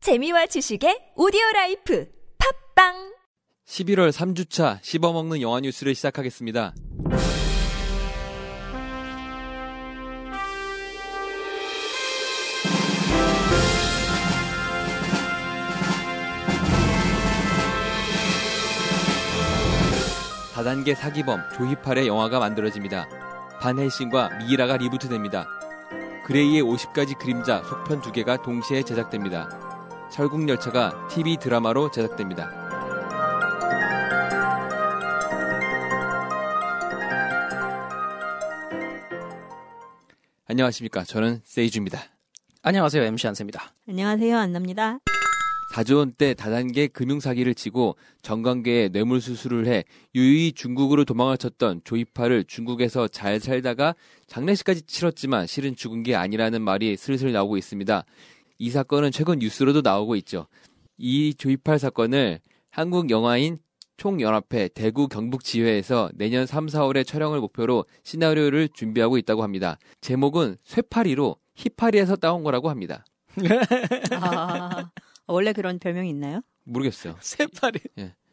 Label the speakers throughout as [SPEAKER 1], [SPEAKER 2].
[SPEAKER 1] 재미와 지식의 오디오 라이프 팝빵
[SPEAKER 2] 11월 3주차 씹어먹는 영화 뉴스를 시작하겠습니다. 다단계 사기범 조희팔의 영화가 만들어집니다. 반헬싱과 미이라가 리부트됩니다. 그레이의 50가지 그림자 속편 2개가 동시에 제작됩니다. 설국열차가 TV 드라마로 제작됩니다. 안녕하십니까. 저는 세이주입니다.
[SPEAKER 3] 안녕하세요. MC 안세입니다.
[SPEAKER 4] 안녕하세요. 안나입니다.
[SPEAKER 2] 4조원 때 다단계 금융사기를 치고 정관계에 뇌물수수를 해 유유히 중국으로 도망을 쳤던 조이파를 중국에서 잘 살다가 장례식까지 치렀지만 실은 죽은 게 아니라는 말이 슬슬 나오고 있습니다. 이 사건은 최근 뉴스로도 나오고 있죠. 이 조이팔 사건을 한국 영화인 총연합회 대구 경북 지회에서 내년 3, 4월에 촬영을 목표로 시나리오를 준비하고 있다고 합니다. 제목은 쇠파리로 히파리에서 따온 거라고 합니다.
[SPEAKER 4] 아, 원래 그런 별명이 있나요?
[SPEAKER 2] 모르겠어요. 예.
[SPEAKER 3] 새파리.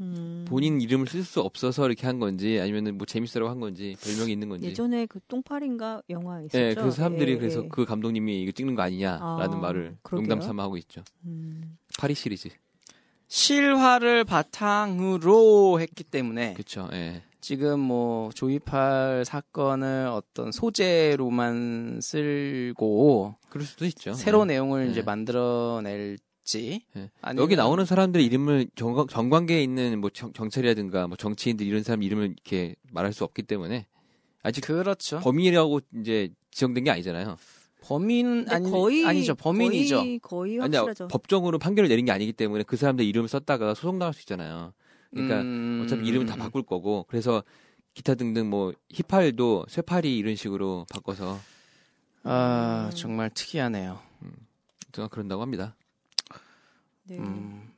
[SPEAKER 4] 음,
[SPEAKER 2] 본인 이름을 쓸 수 없어서 이렇게 한 건지 아니면 뭐 재밌으라고 한 건지 별명이 있는 건지.
[SPEAKER 4] 예전에 그 똥파리인가 영화 있었죠.
[SPEAKER 2] 예, 그래서 사람들이
[SPEAKER 4] 예,
[SPEAKER 2] 그래서
[SPEAKER 4] 예.
[SPEAKER 2] 그 감독님이 이거 찍는 거 아니냐라는
[SPEAKER 4] 아,
[SPEAKER 2] 말을
[SPEAKER 4] 그러게요.
[SPEAKER 2] 농담 삼아 하고 있죠.
[SPEAKER 4] 음,
[SPEAKER 2] 파리 시리즈.
[SPEAKER 3] 실화를 바탕으로 했기 때문에
[SPEAKER 2] 그렇죠. 예.
[SPEAKER 3] 지금 뭐 조이팔 사건을 어떤 소재로만 쓸고
[SPEAKER 2] 그럴 수도 있죠.
[SPEAKER 3] 새로운 내용을
[SPEAKER 2] 네.
[SPEAKER 3] 이제 만들어낼지
[SPEAKER 2] 네.
[SPEAKER 3] 아니면-
[SPEAKER 2] 여기 나오는 사람들 이름을 정, 정관계에 있는 뭐 정, 경찰이라든가 뭐 정치인들 이런 사람 이름을 이렇게 말할 수 없기 때문에 아직
[SPEAKER 3] 그렇죠.
[SPEAKER 2] 범인이라고 이제 지정된 게 아니잖아요.
[SPEAKER 3] 범인
[SPEAKER 4] 근데
[SPEAKER 3] 아니
[SPEAKER 4] 거의
[SPEAKER 3] 아니죠 범인이죠.
[SPEAKER 4] 거의, 거의
[SPEAKER 2] 아니,
[SPEAKER 4] 확실하죠.
[SPEAKER 2] 법정으로 판결을 내린 게 아니기 때문에 그 사람들 이름 을 썼다가 소송 당할 수 있잖아요. 그러니까
[SPEAKER 3] 음,
[SPEAKER 2] 어차피 이름은 다
[SPEAKER 3] 음,
[SPEAKER 2] 바꿀 거고 그래서 기타 등등 뭐 히팔도 쇠팔이 이런 식으로 바꿔서
[SPEAKER 3] 아 정말 특이하네요.
[SPEAKER 2] 또 그런다고 합니다.
[SPEAKER 4] 네.
[SPEAKER 3] 음,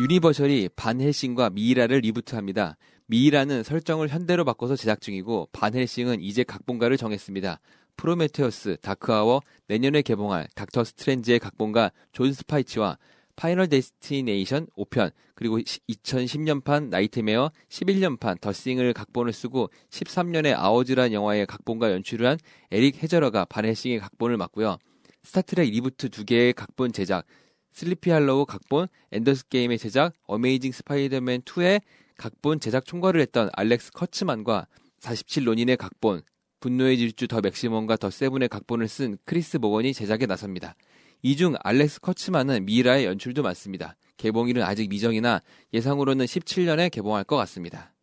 [SPEAKER 2] 유니버셜이 반헬싱과 미이라를 리부트합니다. 미이라는 설정을 현대로 바꿔서 제작 중이고 반헬싱은 이제 각본가를 정했습니다. 프로메테우스, 다크아워, 내년에 개봉할 닥터 스트렌지의 각본가 존 스파이치와 파이널 데스티네이션 5편, 그리고 2010년판 나이트메어, 11년판 더싱을 각본을 쓰고 13년에 아워즈란 영화의 각본과 연출을 한 에릭 헤저러가 반헬싱의 각본을 맡고요. 스타트렉 리부트 두 개의 각본 제작, 슬리피 할로우 각본, 앤더스 게임의 제작, 어메이징 스파이더맨 2의 각본 제작 총괄을 했던 알렉스 커츠만과 47론인의 각본, 분노의 질주 더 맥시멈과 더 세븐의 각본을 쓴 크리스 모건이 제작에 나섭니다. 이 중 알렉스 커츠만은 미라의 연출도 많습니다. 개봉일은 아직 미정이나 예상으로는 17년에 개봉할 것 같습니다.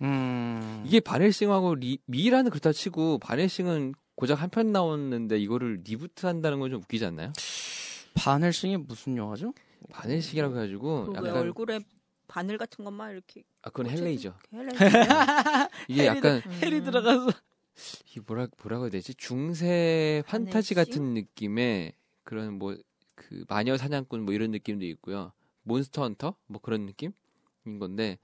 [SPEAKER 3] 음,
[SPEAKER 2] 이게 바넬싱하고 리- 미라는 그렇다 치고 바넬싱은 고작 한 편 나왔는데 이거를 리부트 한다는 건 좀 웃기지 않나요?
[SPEAKER 3] 반헬싱이 무슨 영화죠?
[SPEAKER 2] 바넬싱이라고 해가지고
[SPEAKER 4] 그리고 왜
[SPEAKER 2] 약간
[SPEAKER 4] 얼굴에 바늘 같은 것만 이렇게
[SPEAKER 2] 아 그건
[SPEAKER 4] 어쨌든
[SPEAKER 2] 헬레이죠.
[SPEAKER 4] 헬레이죠.
[SPEAKER 2] 이게
[SPEAKER 3] 헬리드-
[SPEAKER 2] 약간
[SPEAKER 4] 음.
[SPEAKER 3] 헬이 들어가서
[SPEAKER 2] 이 뭐라 뭐라고 해야 되지 중세 판타지
[SPEAKER 4] 바늘씨?
[SPEAKER 3] 네,
[SPEAKER 2] 같은 느낌의 그런 뭐 그 마녀 사냥꾼 뭐 이런 느낌도 있고요 몬스터 헌터 뭐 그런 느낌인 건데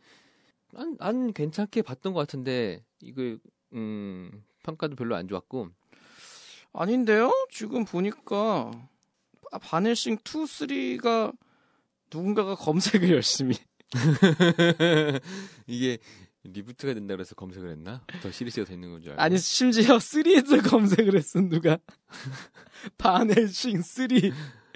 [SPEAKER 2] 안, 안 괜찮게 봤던 것 같은데 이거 음 평가도 별로 안 좋았고
[SPEAKER 3] 아닌데요? 지금 보니까 바- 바넬싱 2, 3가 누군가가 검색을 열심히
[SPEAKER 2] 이게 리부트가 된다 그래서 검색을 했나 더 시리즈가 더 있는 건 줄 알고
[SPEAKER 3] 아니 심지어 3에서 검색을 했어 누가 바넬싱 3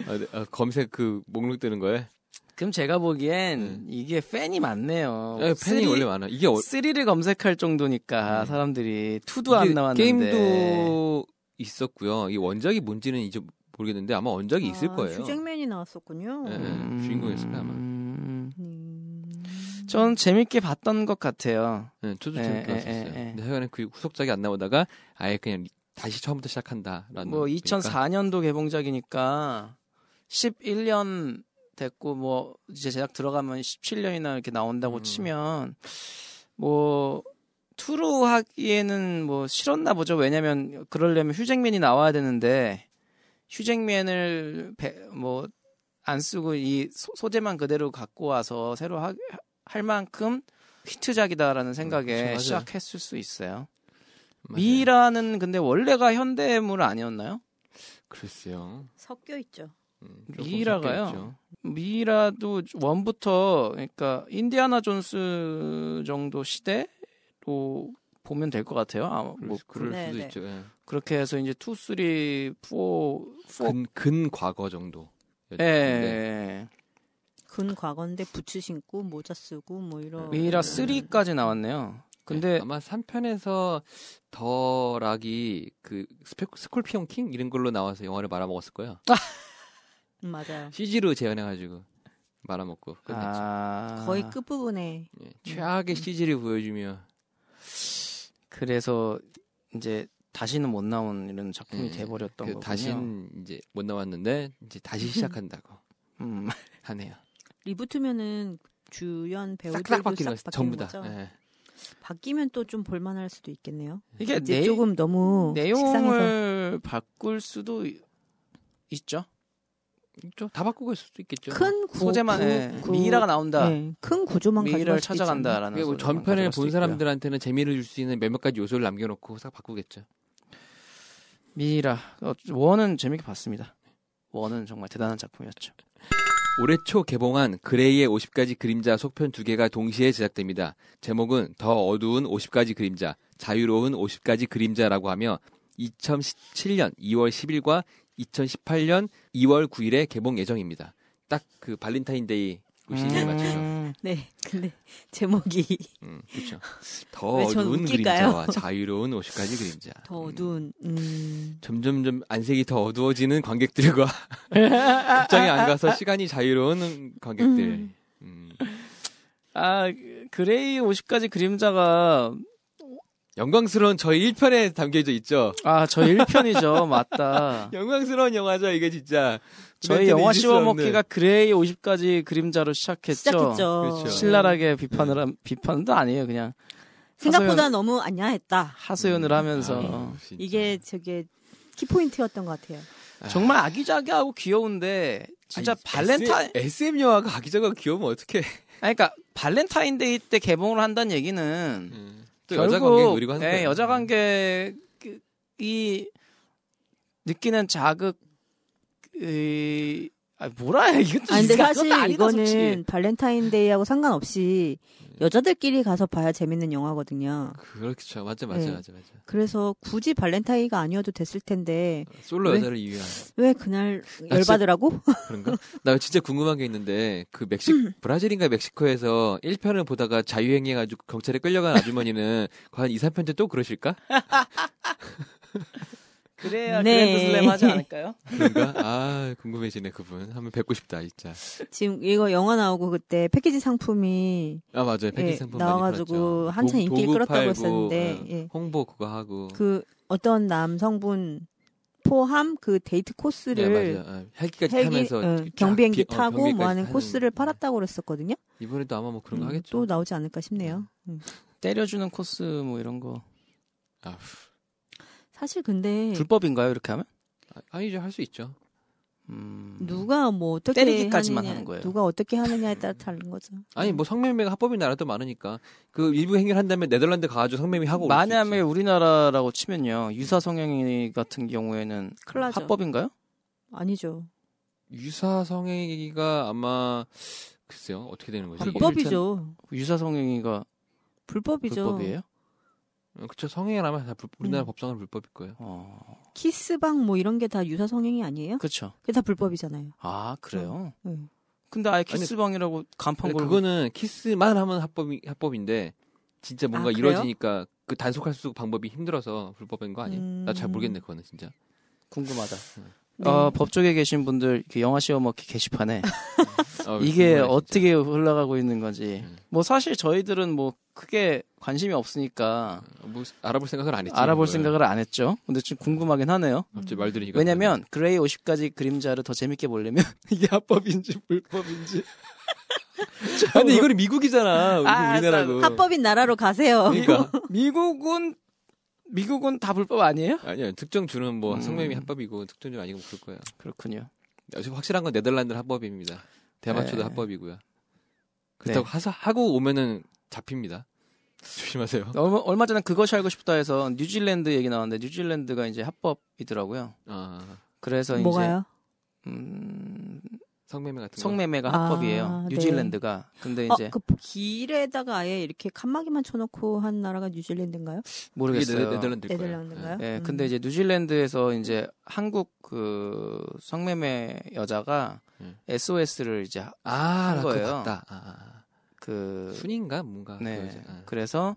[SPEAKER 2] 아, 네. 아, 검색 그 목록 뜨는 거에
[SPEAKER 3] 그럼 제가 보기엔 이게 팬이 많네요
[SPEAKER 2] 아, 네. 팬이 원래 많아 이게 어,
[SPEAKER 3] 3를 검색할 정도니까
[SPEAKER 2] 음.
[SPEAKER 3] 사람들이 2도 안
[SPEAKER 2] 이게
[SPEAKER 3] 나왔는데
[SPEAKER 2] 게임도 있었고요. 이 원작이 뭔지는 이제 모르겠는데 아마 원작이 있을
[SPEAKER 4] 아,
[SPEAKER 2] 거예요.
[SPEAKER 4] 주잭맨이 나왔었군요.
[SPEAKER 2] 네, 네. 주인공이었을 거야, 아마.
[SPEAKER 3] 음.
[SPEAKER 4] 음.
[SPEAKER 3] 전 재밌게 봤던 것 같아요
[SPEAKER 2] 네, 저도
[SPEAKER 3] 예,
[SPEAKER 2] 재밌게
[SPEAKER 3] 예,
[SPEAKER 2] 봤었어요.
[SPEAKER 3] 예, 예.
[SPEAKER 2] 근데 하여간에 그 후속작이 안 나오다가 아예 그냥 다시 처음부터 시작한다라는.
[SPEAKER 3] 뭐 2004년도 개봉작이니까 11년 됐고 뭐 이제 제작 들어가면 17년이나 이렇게 나온다고
[SPEAKER 2] 음.
[SPEAKER 3] 치면 뭐 투로 하기에는 뭐 싫었나 보죠. 왜냐면 그러려면 휴잭맨이 나와야 되는데 휴잭맨을 뭐 안 쓰고 이 소- 소재만 그대로 갖고 와서 새로 하, 할 만큼 히트작이다라는
[SPEAKER 2] 그쵸,
[SPEAKER 3] 생각에
[SPEAKER 2] 그렇죠. 맞아요.
[SPEAKER 3] 시작했을 수 있어요.
[SPEAKER 2] 맞아요.
[SPEAKER 3] 미라는 근데 원래가 현대물 아니었나요?
[SPEAKER 2] 글쎄요.
[SPEAKER 4] 섞여 있죠.
[SPEAKER 2] 음, 조금
[SPEAKER 3] 미라가요.
[SPEAKER 2] 섞여 있죠.
[SPEAKER 3] 미라도 원부터 그러니까 인디아나 존스 정도 시대로 보면 될 것 같아요. 아, 뭐
[SPEAKER 2] 뭐 그럴
[SPEAKER 4] 네,
[SPEAKER 2] 수도
[SPEAKER 4] 네.
[SPEAKER 2] 있죠. 예.
[SPEAKER 3] 그렇게 해서 이제 2, 3, 4, 4
[SPEAKER 2] 근, 근 과거 네, 정도.
[SPEAKER 3] 예. 예.
[SPEAKER 4] 군 과거인데 부츠 신고 모자 쓰고 뭐 이런.
[SPEAKER 3] 미라 3까지 나왔네요. 근데
[SPEAKER 2] 네. 아마 3편에서 더 락이 그 스페, 스콜피온 킹 이런 걸로 나와서 영화를 말아먹었을 거예요.
[SPEAKER 4] 음, 맞아요.
[SPEAKER 2] CG로 재현해가지고 말아먹고 끝났죠.
[SPEAKER 3] 아,
[SPEAKER 4] 거의 끝 부분에
[SPEAKER 2] 예,
[SPEAKER 4] 음.
[SPEAKER 2] 최악의 CG를 보여주며 그
[SPEAKER 3] 그래서 이제 다시는 못 나온 이런 작품이
[SPEAKER 2] 예,
[SPEAKER 3] 돼버렸던
[SPEAKER 2] 그
[SPEAKER 3] 거군요.
[SPEAKER 2] 다신 이제 못 나왔는데 이제 다시 시작한다고
[SPEAKER 3] 음.
[SPEAKER 2] 하네요.
[SPEAKER 4] 리부트면은 주연 배우들도
[SPEAKER 2] 싹싹 바뀌는
[SPEAKER 4] 싹
[SPEAKER 2] 거죠. 전부 다.
[SPEAKER 4] 거죠?
[SPEAKER 2] 예.
[SPEAKER 4] 바뀌면 또 좀 볼만할 수도 있겠네요.
[SPEAKER 3] 이게
[SPEAKER 4] 이제
[SPEAKER 3] 내,
[SPEAKER 4] 조금 너무 식상해서.
[SPEAKER 3] 내용을 바꿀 수도 이- 있죠.
[SPEAKER 2] 좀다 바꾸고 있을 수도 있겠죠. 뭐
[SPEAKER 4] 큰 구,
[SPEAKER 3] 소재만
[SPEAKER 4] 구-
[SPEAKER 3] 예,
[SPEAKER 4] 구-
[SPEAKER 3] 미이라가 나온다.
[SPEAKER 4] 네, 큰 구조만 가지고
[SPEAKER 3] 미이라를 찾아간다라는
[SPEAKER 2] 그게 뭐
[SPEAKER 3] 소재만
[SPEAKER 2] 전편을
[SPEAKER 3] 가져갈 수도
[SPEAKER 2] 본
[SPEAKER 3] 있고요.
[SPEAKER 2] 사람들한테는 재미를 줄 수 있는 몇몇 가지 요소를 남겨놓고 싹 바꾸겠죠.
[SPEAKER 3] 미이라 어, 원은 재밌게 봤습니다. 원은 정말 대단한 작품이었죠.
[SPEAKER 2] 올해 초 개봉한 그레이의 50가지 그림자 속편 두 개가 동시에 제작됩니다. 제목은 더 어두운 50가지 그림자, 자유로운 50가지 그림자라고 하며 2017년 2월 10일과 2018년 2월 9일에 개봉 예정입니다. 딱 그 발렌타인데이 시기에 맞춰서.
[SPEAKER 3] 음,
[SPEAKER 4] 네, 근데 제목이
[SPEAKER 2] 음, 그렇죠. 더
[SPEAKER 4] 왜전
[SPEAKER 2] 어두운
[SPEAKER 4] 웃길까요?
[SPEAKER 2] 그림자와 자유로운 50가지 그림자.
[SPEAKER 4] 더
[SPEAKER 2] 음,
[SPEAKER 4] 어두운. 음,
[SPEAKER 2] 점점점 안색이 더 어두워지는 관객들과 극장에 안 가서 시간이 자유로운 관객들.
[SPEAKER 4] 음.
[SPEAKER 2] 음.
[SPEAKER 3] 아 그- 그레이 50가지 그림자가
[SPEAKER 2] 영광스러운 저희 1편에 담겨져 있죠.
[SPEAKER 3] 아 저 1편이죠 맞다.
[SPEAKER 2] 영광스러운 영화죠, 이게 진짜.
[SPEAKER 3] 저희
[SPEAKER 2] 멘트는 아,
[SPEAKER 3] 영화
[SPEAKER 2] 잊을 수
[SPEAKER 3] 씹어먹기가 그레이 50가지 그림자로 시작했죠.
[SPEAKER 4] 시작했죠. 네.
[SPEAKER 2] 그렇죠.
[SPEAKER 3] 신랄하게 비판을 한, 비판도 아니에요 그냥
[SPEAKER 4] 생각보다 너무 안야했다.
[SPEAKER 3] 하소연을
[SPEAKER 2] 음.
[SPEAKER 3] 하면서
[SPEAKER 2] 아유, 진짜.
[SPEAKER 4] 이게 저게 키포인트였던 것 같아요.
[SPEAKER 2] 아.
[SPEAKER 3] 정말 아기자기하고 귀여운데 진짜
[SPEAKER 2] 아니,
[SPEAKER 3] 발렌타인
[SPEAKER 2] SM, SM 영화가 아기자기가 귀여우면 어떡해.
[SPEAKER 3] 아니, 그러니까 발렌타인데이 때 개봉을 한다는 얘기는
[SPEAKER 2] 또 여자 관계 의리고 하는
[SPEAKER 3] 예,
[SPEAKER 2] 거예요.
[SPEAKER 3] 음.
[SPEAKER 2] 음.
[SPEAKER 3] 여자 관객이 느끼는 자극 이 아, 뭐라 해 이거
[SPEAKER 4] 아 근데
[SPEAKER 3] 진짜
[SPEAKER 4] 사실
[SPEAKER 3] 그건 아니다,
[SPEAKER 4] 이거는
[SPEAKER 3] 솔직히. 네.
[SPEAKER 4] 발렌타인데이하고 상관없이 여자들끼리 가서 봐야 재밌는 영화거든요.
[SPEAKER 2] 그렇죠. 맞아, 맞아,
[SPEAKER 4] 네.
[SPEAKER 2] 맞아, 맞아.
[SPEAKER 4] 그래서 굳이 발렌타인가 아니어도 됐을 텐데
[SPEAKER 3] 네.
[SPEAKER 2] 솔로
[SPEAKER 4] 왜?
[SPEAKER 2] 여자를 이유한
[SPEAKER 4] 왜
[SPEAKER 3] 아,
[SPEAKER 4] 그날
[SPEAKER 2] 진짜-
[SPEAKER 4] 열받으라고?
[SPEAKER 2] 그런가? 나 진짜 궁금한 게 있는데 그 멕시
[SPEAKER 3] 음.
[SPEAKER 2] 브라질인가 멕시코에서 1편을 보다가 자유행위해가지고 경찰에 끌려간 아주머니는 과연 2, 3편째 또 그러실까?
[SPEAKER 3] 그래야
[SPEAKER 4] 네.
[SPEAKER 3] 그랜드슬램 하지 않을까요?
[SPEAKER 2] 그런가? 아 궁금해지네 그분. 한번 뵙고 싶다 진짜.
[SPEAKER 4] 지금 이거 영화 나오고 그때 패키지 상품이
[SPEAKER 2] 아 맞아요. 패키지
[SPEAKER 4] 예,
[SPEAKER 2] 상품
[SPEAKER 4] 나와가지고
[SPEAKER 2] 많이 팔았죠.
[SPEAKER 4] 한참
[SPEAKER 2] 도-
[SPEAKER 4] 인기를
[SPEAKER 2] 도구
[SPEAKER 4] 끌었다고
[SPEAKER 2] 팔고,
[SPEAKER 4] 했었는데,
[SPEAKER 2] 예,
[SPEAKER 4] 예.
[SPEAKER 2] 홍보 그거 하고.
[SPEAKER 4] 그 어떤 남성분 포함 그 데이트
[SPEAKER 2] 네,
[SPEAKER 4] 코스를
[SPEAKER 2] 맞아요. 예, 헬기까지
[SPEAKER 4] 헬기
[SPEAKER 2] 타면서
[SPEAKER 4] 어,
[SPEAKER 2] 쫙
[SPEAKER 4] 경비행기
[SPEAKER 2] 비- 어,
[SPEAKER 4] 타고
[SPEAKER 2] 경비행기까지
[SPEAKER 4] 뭐 하는
[SPEAKER 2] 타는-
[SPEAKER 4] 코스를 팔았다고 그랬었거든요.
[SPEAKER 2] 이번에도 아마 뭐 그런 거
[SPEAKER 4] 음,
[SPEAKER 2] 하겠죠.
[SPEAKER 4] 또 나오지 않을까 싶네요. 음.
[SPEAKER 3] 때려주는 코스 뭐 이런 거
[SPEAKER 2] 아,
[SPEAKER 4] 사실 근데
[SPEAKER 3] 네. 불법인가요 이렇게 하면?
[SPEAKER 2] 아니죠 할 수 있죠.
[SPEAKER 3] 음.
[SPEAKER 4] 누가 뭐 어떻게
[SPEAKER 3] 때리기까지만
[SPEAKER 4] 하느냐,
[SPEAKER 3] 하는 거예요.
[SPEAKER 4] 누가 어떻게 하느냐에 따라 다른 거죠.
[SPEAKER 2] 아니 뭐 성매매가 합법인 나라도 많으니까 그 일부 행위를 한다면 네덜란드 가가지고 성매매 하고 올수
[SPEAKER 3] 만약에
[SPEAKER 2] 있지.
[SPEAKER 3] 우리나라라고 치면요 유사 성행위 같은 경우에는
[SPEAKER 4] 큰일 나죠.
[SPEAKER 3] 합법인가요?
[SPEAKER 4] 아니죠.
[SPEAKER 2] 유사 성행위가 아마 글쎄요 어떻게 되는 거지? 이게?
[SPEAKER 4] 불법이죠.
[SPEAKER 3] 유사 성행위가
[SPEAKER 4] 불법이죠.
[SPEAKER 3] 불법이에요?
[SPEAKER 2] 어, 그쵸 성행은 아마 다 불- 우리나라
[SPEAKER 4] 음.
[SPEAKER 2] 법상은 불법일 거예요.
[SPEAKER 3] 어,
[SPEAKER 4] 키스방 뭐 이런 게 다 유사 성행위 아니에요?
[SPEAKER 3] 그렇죠.
[SPEAKER 4] 그게 다 불법이잖아요. 네.
[SPEAKER 3] 아 그래요?
[SPEAKER 4] 응.
[SPEAKER 3] 근데 아예 키스방이라고 간판
[SPEAKER 2] 근데
[SPEAKER 3] 걸고
[SPEAKER 2] 그거는 키스만 하면 합법이 합법인데 진짜 뭔가
[SPEAKER 4] 아, 그래요?
[SPEAKER 2] 이루어지니까 그 단속할 수 방법이 힘들어서 불법인 거 아니에요? 나 잘
[SPEAKER 4] 음.
[SPEAKER 2] 모르겠네 그거는 진짜.
[SPEAKER 3] 궁금하다.
[SPEAKER 4] 네.
[SPEAKER 3] 어, 법조계 계신 분들 그 영화 씌워먹기 게시판에
[SPEAKER 2] 어, 궁금하네,
[SPEAKER 3] 이게
[SPEAKER 2] 진짜.
[SPEAKER 3] 어떻게 흘러가고 있는 건지
[SPEAKER 2] 음.
[SPEAKER 3] 뭐 사실 저희들은 뭐 크게 관심이 없으니까
[SPEAKER 2] 뭐 알아볼 생각을 안 했지.
[SPEAKER 3] 알아볼
[SPEAKER 2] 그걸.
[SPEAKER 3] 생각을 안 했죠. 근데 좀 궁금하긴 하네요.
[SPEAKER 2] 갑자기 말 들으니까.
[SPEAKER 3] 왜냐면 그레이 50가지 그림자를 더 재밌게 보려면 이게 합법인지 불법인지
[SPEAKER 2] 아니 이거는 미국이잖아. 우리-
[SPEAKER 3] 아,
[SPEAKER 2] 우리나라고.
[SPEAKER 4] 합법인 나라로 가세요.
[SPEAKER 2] 그 그러니까.
[SPEAKER 3] 미국은 미국은 다 불법 아니에요?
[SPEAKER 2] 아니요 특정 주는 뭐
[SPEAKER 3] 음.
[SPEAKER 2] 성매매 합법이고 특정 주는 아니고 뭐 그럴 거야.
[SPEAKER 3] 그렇군요.
[SPEAKER 2] 지금 확실한 건 네덜란드 합법입니다. 대마초도
[SPEAKER 3] 네.
[SPEAKER 2] 합법이고요. 그렇다고 하사, 하고 오면은 잡힙니다. 조심하세요.
[SPEAKER 3] 얼마, 얼마 전에 그것이 알고 싶다 해서 뉴질랜드 얘기 나왔는데 뉴질랜드가 이제 합법이더라고요.
[SPEAKER 2] 아,
[SPEAKER 3] 그래서 이제
[SPEAKER 4] 뭐가요?
[SPEAKER 3] 음,
[SPEAKER 2] 성매매 같은 거.
[SPEAKER 3] 성매매가
[SPEAKER 4] 아,
[SPEAKER 3] 합법이에요.
[SPEAKER 4] 네.
[SPEAKER 3] 뉴질랜드가. 근데
[SPEAKER 4] 어,
[SPEAKER 3] 이제
[SPEAKER 4] 그 길에다가 아예 이렇게 칸막이만 쳐놓고 한 나라가 뉴질랜드인가요?
[SPEAKER 2] 그게
[SPEAKER 3] 모르겠어요.
[SPEAKER 2] 네덜- 네덜란드일 거예요.
[SPEAKER 4] 네덜란드인가요?
[SPEAKER 3] 예,
[SPEAKER 4] 음.
[SPEAKER 3] 근데 이제 뉴질랜드에서 이제 한국 그 성매매 여자가
[SPEAKER 2] 음.
[SPEAKER 3] SOS를 이제 하-
[SPEAKER 2] 아,
[SPEAKER 3] 한
[SPEAKER 2] 나
[SPEAKER 3] 거예요.
[SPEAKER 2] 그거 봤다. 아, 아,
[SPEAKER 3] 그
[SPEAKER 2] 아. 순인가 뭔가. 그
[SPEAKER 3] 네.
[SPEAKER 2] 여자. 아.
[SPEAKER 3] 그래서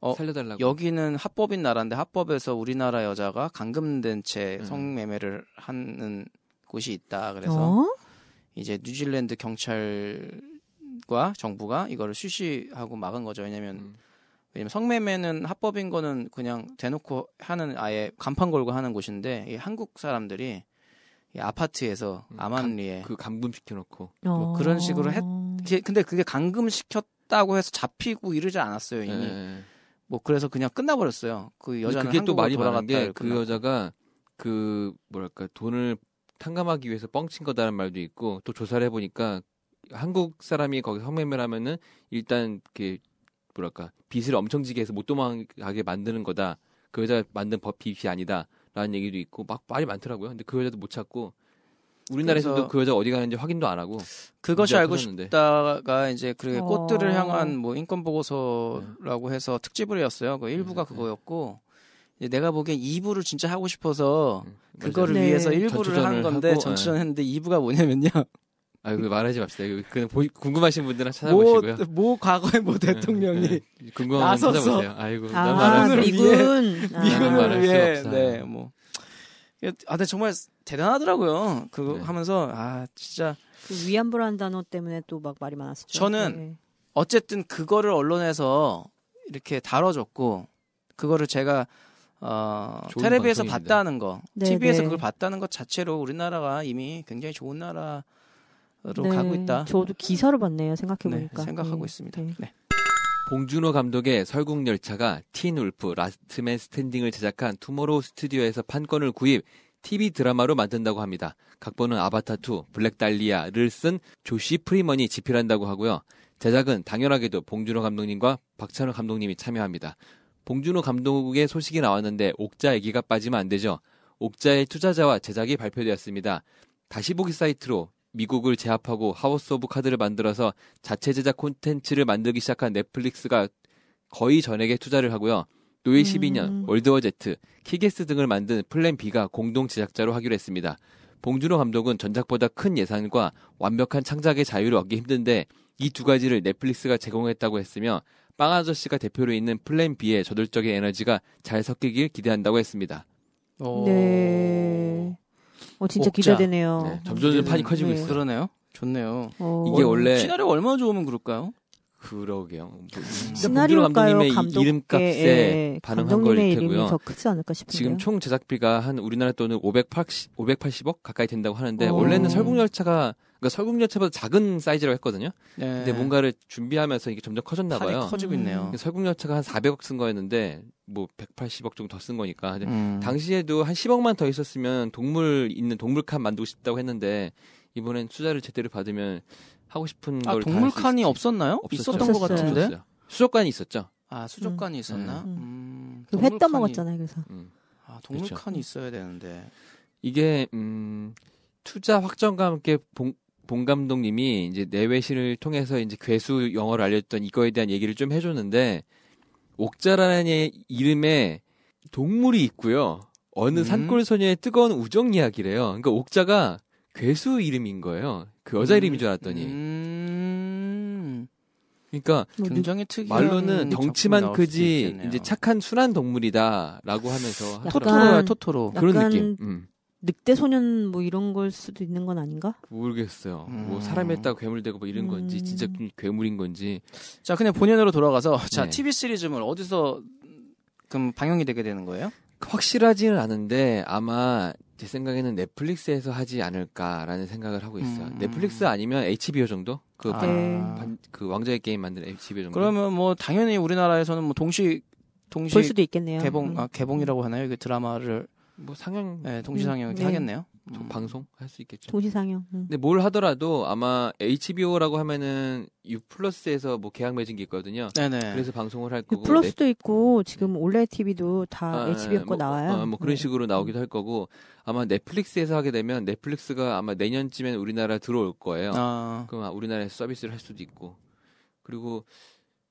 [SPEAKER 3] 어,
[SPEAKER 2] 살려달라고.
[SPEAKER 3] 여기는 합법인 나라인데 합법에서 우리나라 여자가 감금된 채
[SPEAKER 2] 음.
[SPEAKER 3] 성매매를 하는 곳이 있다. 그래서
[SPEAKER 4] 어?
[SPEAKER 3] 이제 뉴질랜드 경찰과 정부가 이거를 쉬쉬하고 막은 거죠. 왜냐면
[SPEAKER 2] 음.
[SPEAKER 3] 왜냐면 성매매는 합법인 거는 그냥 대놓고 하는 아예 간판 걸고 하는 곳인데 이 한국 사람들이 이 아파트에서
[SPEAKER 2] 음,
[SPEAKER 3] 암암리에
[SPEAKER 2] 그 감금 시켜놓고.
[SPEAKER 4] 어.
[SPEAKER 3] 뭐 그런 식으로 했- 이게 근데 그게 감금시켰다고 해서 잡히고 이러지 않았어요 그 이미 뭐 그래서 그냥 끝나버렸어요 그 여자는
[SPEAKER 2] 네. 그게 또 말이
[SPEAKER 3] 돌아갔다
[SPEAKER 2] 많은 게
[SPEAKER 3] 이렇게
[SPEAKER 2] 그 여자가 그 뭐랄까 돈을 탕감하기 위해서 뻥친 거다라는 말도 있고 또 조사를 해보니까 한국 사람이 거기 성매매를 하면은 일단 그 뭐랄까 빚을 엄청 지게 해서 못 도망가게 만드는 거다 그 여자 만든 법 빚이 아니다라는 얘기도 있고 막 말이 많더라고요 근데 그 여자도 못 찾고 우리나라에서도
[SPEAKER 3] 그래서-
[SPEAKER 2] 그 여자 어디 가는지 확인도 안 하고
[SPEAKER 3] 그것이
[SPEAKER 2] 문제가
[SPEAKER 3] 알고
[SPEAKER 2] 터졌는데.
[SPEAKER 3] 싶다가 이제 그
[SPEAKER 4] 어.
[SPEAKER 3] 꽃들을 향한 뭐 인권 보고서라고 해서 특집을 했어요. 그 일부가
[SPEAKER 2] 네, 네.
[SPEAKER 3] 그거였고 이제 내가 보기엔 2부를 진짜 하고 싶어서
[SPEAKER 2] 음,
[SPEAKER 3] 그거를
[SPEAKER 4] 네.
[SPEAKER 3] 위해서 1부를 한
[SPEAKER 2] 전투전을
[SPEAKER 3] 건데
[SPEAKER 2] 하고, 네.
[SPEAKER 3] 전투전 했는데 2부가 뭐냐면요.
[SPEAKER 2] 아 그 말하지 맙시다 이거 그냥 보이- 궁금하신 분들은
[SPEAKER 3] 모,
[SPEAKER 2] 찾아보시고요 네,
[SPEAKER 3] 모뭐 과거의 모뭐 대통령이
[SPEAKER 2] 예, 예. 궁금한 분
[SPEAKER 3] 나서서.
[SPEAKER 2] 찾아보세요 아이고 난
[SPEAKER 4] 아,
[SPEAKER 2] 말할 수
[SPEAKER 3] 나라를
[SPEAKER 4] 미군. 아.
[SPEAKER 2] 말할
[SPEAKER 3] 미군을
[SPEAKER 2] 수
[SPEAKER 3] 위해
[SPEAKER 2] 없어요.
[SPEAKER 3] 네, 뭐 아, 근데 정말 대단하더라고요. 그거
[SPEAKER 2] 네.
[SPEAKER 3] 하면서 아 진짜
[SPEAKER 4] 그 위안부라는 단어 때문에 또 막 말이 많았었죠. 네.
[SPEAKER 3] 저는 어쨌든 그거를 언론에서 이렇게 다뤄줬고 그거를 제가 어,
[SPEAKER 2] 좋은
[SPEAKER 3] 테레비에서
[SPEAKER 2] 방송입니다.
[SPEAKER 3] 봤다는 거,
[SPEAKER 4] 네,
[SPEAKER 3] TV에서
[SPEAKER 4] 네.
[SPEAKER 3] 그걸 봤다는 것 자체로 우리나라가 이미 굉장히 좋은 나라로
[SPEAKER 4] 네.
[SPEAKER 3] 가고 있다.
[SPEAKER 4] 저도 기사를 봤네요. 생각해
[SPEAKER 3] 네,
[SPEAKER 4] 보니까.
[SPEAKER 3] 생각하고 있습니다.
[SPEAKER 4] 네.
[SPEAKER 3] 네.
[SPEAKER 2] 봉준호 감독의 설국열차가 틴울프 라스트맨 스탠딩을 제작한 투모로우 스튜디오에서 판권을 구입 TV 드라마로 만든다고 합니다. 각본은 아바타2, 블랙달리아를 쓴 조시 프리먼이 집필한다고 하고요. 제작은 당연하게도 봉준호 감독님과 박찬호 감독님이 참여합니다. 봉준호 감독의 소식이 나왔는데 옥자 얘기가 빠지면 안 되죠. 옥자의 투자자와 제작이 발표되었습니다. 다시 보기 사이트로 미국을 제압하고 하우스 오브 카드를 만들어서 자체 제작 콘텐츠를 만들기 시작한 넷플릭스가 거의 전액의 투자를 하고요. 노예
[SPEAKER 4] 음.
[SPEAKER 2] 12년, 월드워 제트, 키게스 등을 만든 플랜 B가 공동 제작자로 하기로 했습니다. 봉준호 감독은 전작보다 큰 예산과 완벽한 창작의 자유를 얻기 힘든데 이 두 가지를 넷플릭스가 제공했다고 했으며 빵 아저씨가 대표로 있는 플랜 B의 저돌적인 에너지가 잘 섞이길 기대한다고 했습니다. 어.
[SPEAKER 4] 어.
[SPEAKER 3] 오.
[SPEAKER 4] 네. 어 진짜
[SPEAKER 3] 옥자.
[SPEAKER 4] 기대되네요.
[SPEAKER 2] 네, 점점 판이 커지고
[SPEAKER 4] 네.
[SPEAKER 2] 있어요.
[SPEAKER 3] 그러네요. 좋네요.
[SPEAKER 4] 어,
[SPEAKER 2] 이게 원래
[SPEAKER 3] 시나리오 얼마나 좋으면 그럴까요?
[SPEAKER 2] 그러게요. 뭐, 봉준호
[SPEAKER 4] 시나리오
[SPEAKER 2] 감독님의 이
[SPEAKER 4] 감독 예,
[SPEAKER 2] 이름값에 반응한 거일
[SPEAKER 4] 감독님의
[SPEAKER 2] 테고요.
[SPEAKER 4] 이름이 더 크지 않을까 싶은데요.
[SPEAKER 2] 지금 총 제작비가 한 우리나라 돈으로 580, 580억 가까이 된다고 하는데
[SPEAKER 4] 어.
[SPEAKER 2] 원래는 설국열차가 그러니까 설국열차보다 작은 사이즈라고 했거든요.
[SPEAKER 3] 네.
[SPEAKER 2] 근데 뭔가를 준비하면서 이게 점점 커졌나
[SPEAKER 3] 팔이
[SPEAKER 2] 봐요.
[SPEAKER 3] 커지고
[SPEAKER 4] 음.
[SPEAKER 3] 있네요.
[SPEAKER 2] 설국열차가 한 400억 쓴 거였는데 뭐 180억 정도 더 쓴 거니까 근데
[SPEAKER 3] 음.
[SPEAKER 2] 당시에도 한 10억만 더 있었으면 동물 있는 동물칸 만들고 싶다고 했는데 이번엔 투자를 제대로 받으면 하고 싶은
[SPEAKER 3] 아
[SPEAKER 2] 걸다할수
[SPEAKER 3] 동물칸이
[SPEAKER 2] 있-
[SPEAKER 3] 없었나요?
[SPEAKER 2] 없었죠.
[SPEAKER 3] 있었던 것
[SPEAKER 4] 없었어요.
[SPEAKER 3] 같은데.
[SPEAKER 2] 없었어요. 수족관이 있었죠.
[SPEAKER 3] 아 수족관이 있었나?
[SPEAKER 4] 음.
[SPEAKER 3] 음.
[SPEAKER 4] 그회
[SPEAKER 3] 동물칸이-
[SPEAKER 4] 떠먹었잖아요. 그래서
[SPEAKER 2] 음.
[SPEAKER 3] 아 동물칸이
[SPEAKER 2] 그렇죠.
[SPEAKER 3] 있어야 되는데.
[SPEAKER 2] 이게 음, 투자 확정과 함께 봉, 봉 감독님이 이제 내외신을 통해서 이제 괴수 영어를 알려줬던 이거에 대한 얘기를 좀 해줬는데 옥자라는 애 이름에 동물이 있고요. 어느
[SPEAKER 3] 음.
[SPEAKER 2] 산골 소녀의 뜨거운 우정 이야기래요. 그러니까 옥자가 괴수 이름인 거예요. 그 여자
[SPEAKER 3] 음.
[SPEAKER 2] 이름인 줄 알았더니.
[SPEAKER 3] 음.
[SPEAKER 2] 그러니까
[SPEAKER 4] 뭐 누-
[SPEAKER 3] 굉장히 특이한
[SPEAKER 2] 말로는
[SPEAKER 3] 작품이
[SPEAKER 2] 덩치만
[SPEAKER 3] 나올 수도
[SPEAKER 2] 크지
[SPEAKER 3] 있겠네요.
[SPEAKER 2] 이제 착한 순한 동물이다라고 하면서
[SPEAKER 4] 약간-
[SPEAKER 2] 하더라고요.
[SPEAKER 3] 토토로야 토토로
[SPEAKER 4] 약간-
[SPEAKER 2] 그런 느낌. 음.
[SPEAKER 4] 늑대 소년 뭐 이런 걸 수도 있는 건 아닌가?
[SPEAKER 2] 모르겠어요. 뭐
[SPEAKER 3] 음.
[SPEAKER 2] 사람에다가 괴물 되고 뭐 이런 건지
[SPEAKER 4] 음.
[SPEAKER 2] 진짜 좀 괴물인 건지
[SPEAKER 3] 자 그냥 본연으로 돌아가서 자
[SPEAKER 2] 네.
[SPEAKER 3] TV 시리즈물 어디서 그럼 방영이 되게 되는 거예요?
[SPEAKER 2] 확실하지는 않은데 아마 제 생각에는 넷플릭스에서 하지 않을까라는 생각을 하고 있어요.
[SPEAKER 3] 음.
[SPEAKER 2] netflix 아니면 HBO 정도? 그,
[SPEAKER 3] 아.
[SPEAKER 2] 반-
[SPEAKER 4] 네.
[SPEAKER 2] 반- 그 왕자의 게임 만든 HBO 정도?
[SPEAKER 3] 그러면 뭐 당연히 우리나라에서는 뭐 동시
[SPEAKER 4] 볼
[SPEAKER 3] 동시
[SPEAKER 4] 수도 있겠네요.
[SPEAKER 3] 개봉
[SPEAKER 4] 음.
[SPEAKER 2] 아.
[SPEAKER 3] 아 개봉이라고 하나요? 이게 드라마를
[SPEAKER 2] 뭐 상영
[SPEAKER 3] 네, 동시
[SPEAKER 4] 음,
[SPEAKER 3] 상영 이렇게
[SPEAKER 4] 네.
[SPEAKER 3] 하겠네요.
[SPEAKER 2] 저
[SPEAKER 3] 음.
[SPEAKER 2] 방송 할 수 있겠죠.
[SPEAKER 4] 동시상영. 음.
[SPEAKER 2] 근데 뭘 하더라도 아마 HBO라고 하면은 U 플러스에서 뭐 계약 맺은 게 있거든요.
[SPEAKER 3] 네네.
[SPEAKER 2] 그래서 방송을 할
[SPEAKER 4] 그
[SPEAKER 2] 거고 네.
[SPEAKER 4] 플러스도 있고 지금 온라인 TV도 다
[SPEAKER 2] 아,
[SPEAKER 4] HBO 거
[SPEAKER 2] 뭐,
[SPEAKER 4] 나와요.
[SPEAKER 2] 어, 뭐 그런
[SPEAKER 4] 네.
[SPEAKER 2] 식으로 나오기도 할 거고 아마 넷플릭스에서 하게 되면 넷플릭스가 아마 내년쯤엔 우리나라 들어올 거예요.
[SPEAKER 3] 아,
[SPEAKER 2] 그럼 아, 우리나라에서 서비스를 할 수도 있고 그리고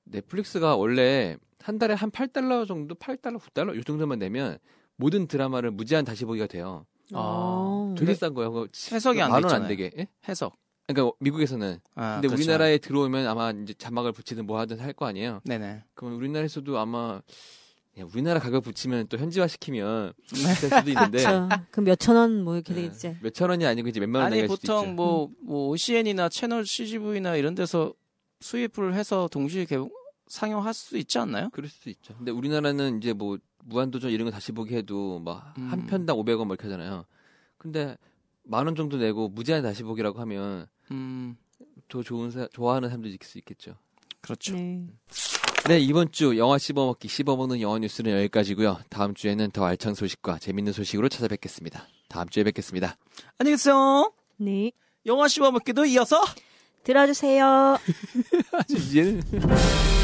[SPEAKER 2] 넷플릭스가 원래 한 달에 한 8달러 정도, 8달러, 9달러 요 정도만 내면 모든 드라마를 무제한 다시 보기가 돼요.
[SPEAKER 3] 아,
[SPEAKER 4] 아.
[SPEAKER 2] 되게
[SPEAKER 3] 근데
[SPEAKER 2] 싼 거예요. 그거
[SPEAKER 3] 해석이 안돼
[SPEAKER 2] 만원
[SPEAKER 3] 있잖아요.
[SPEAKER 2] 안 되게. 예?
[SPEAKER 3] 해석.
[SPEAKER 2] 그러니까 미국에서는.
[SPEAKER 3] 아,
[SPEAKER 2] 근데
[SPEAKER 3] 그렇죠.
[SPEAKER 2] 우리나라에 들어오면 아마 이제 자막을 붙이든 뭐 하든 할 거 아니에요.
[SPEAKER 3] 네네.
[SPEAKER 2] 그러면 우리나라에서도 아마 야, 우리나라 가격 붙이면 또 현지화 시키면
[SPEAKER 3] 네.
[SPEAKER 2] 될 수도 있는데
[SPEAKER 4] 그렇죠. 그럼 몇천 원 뭐 이렇게
[SPEAKER 2] 예,
[SPEAKER 4] 되겠지.
[SPEAKER 2] 몇천 원이 아니고 이제 몇만 원
[SPEAKER 3] 아니
[SPEAKER 2] 나갈 수도 있죠.
[SPEAKER 3] 보통 뭐, 뭐 OCN이나 채널 CGV나 이런 데서 수입을 해서 동시에 개봉 상영할 수 있지 않나요?
[SPEAKER 2] 그럴 수도 있죠. 근데 우리나라는 이제 뭐 무한도전 이런 거 다시 보기 해도 막 한
[SPEAKER 3] 음.
[SPEAKER 2] 편당 500원 막 이렇게 하잖아요. 근데 만 원 정도 내고 무제한 다시 보기라고 하면
[SPEAKER 3] 음,
[SPEAKER 2] 더 좋은 사, 좋아하는 사람도 있을 수 있겠죠.
[SPEAKER 3] 그렇죠.
[SPEAKER 4] 네.
[SPEAKER 2] 네 이번 주 영화 씹어먹기 씹어먹는 영화 뉴스는 여기까지고요. 다음 주에는 더 알찬 소식과 재밌는 소식으로 찾아뵙겠습니다. 다음 주에 뵙겠습니다.
[SPEAKER 3] 안녕히 계세요.
[SPEAKER 4] 네.
[SPEAKER 3] 영화 씹어먹기도 이어서
[SPEAKER 4] 들어주세요.
[SPEAKER 2] 아주 이제는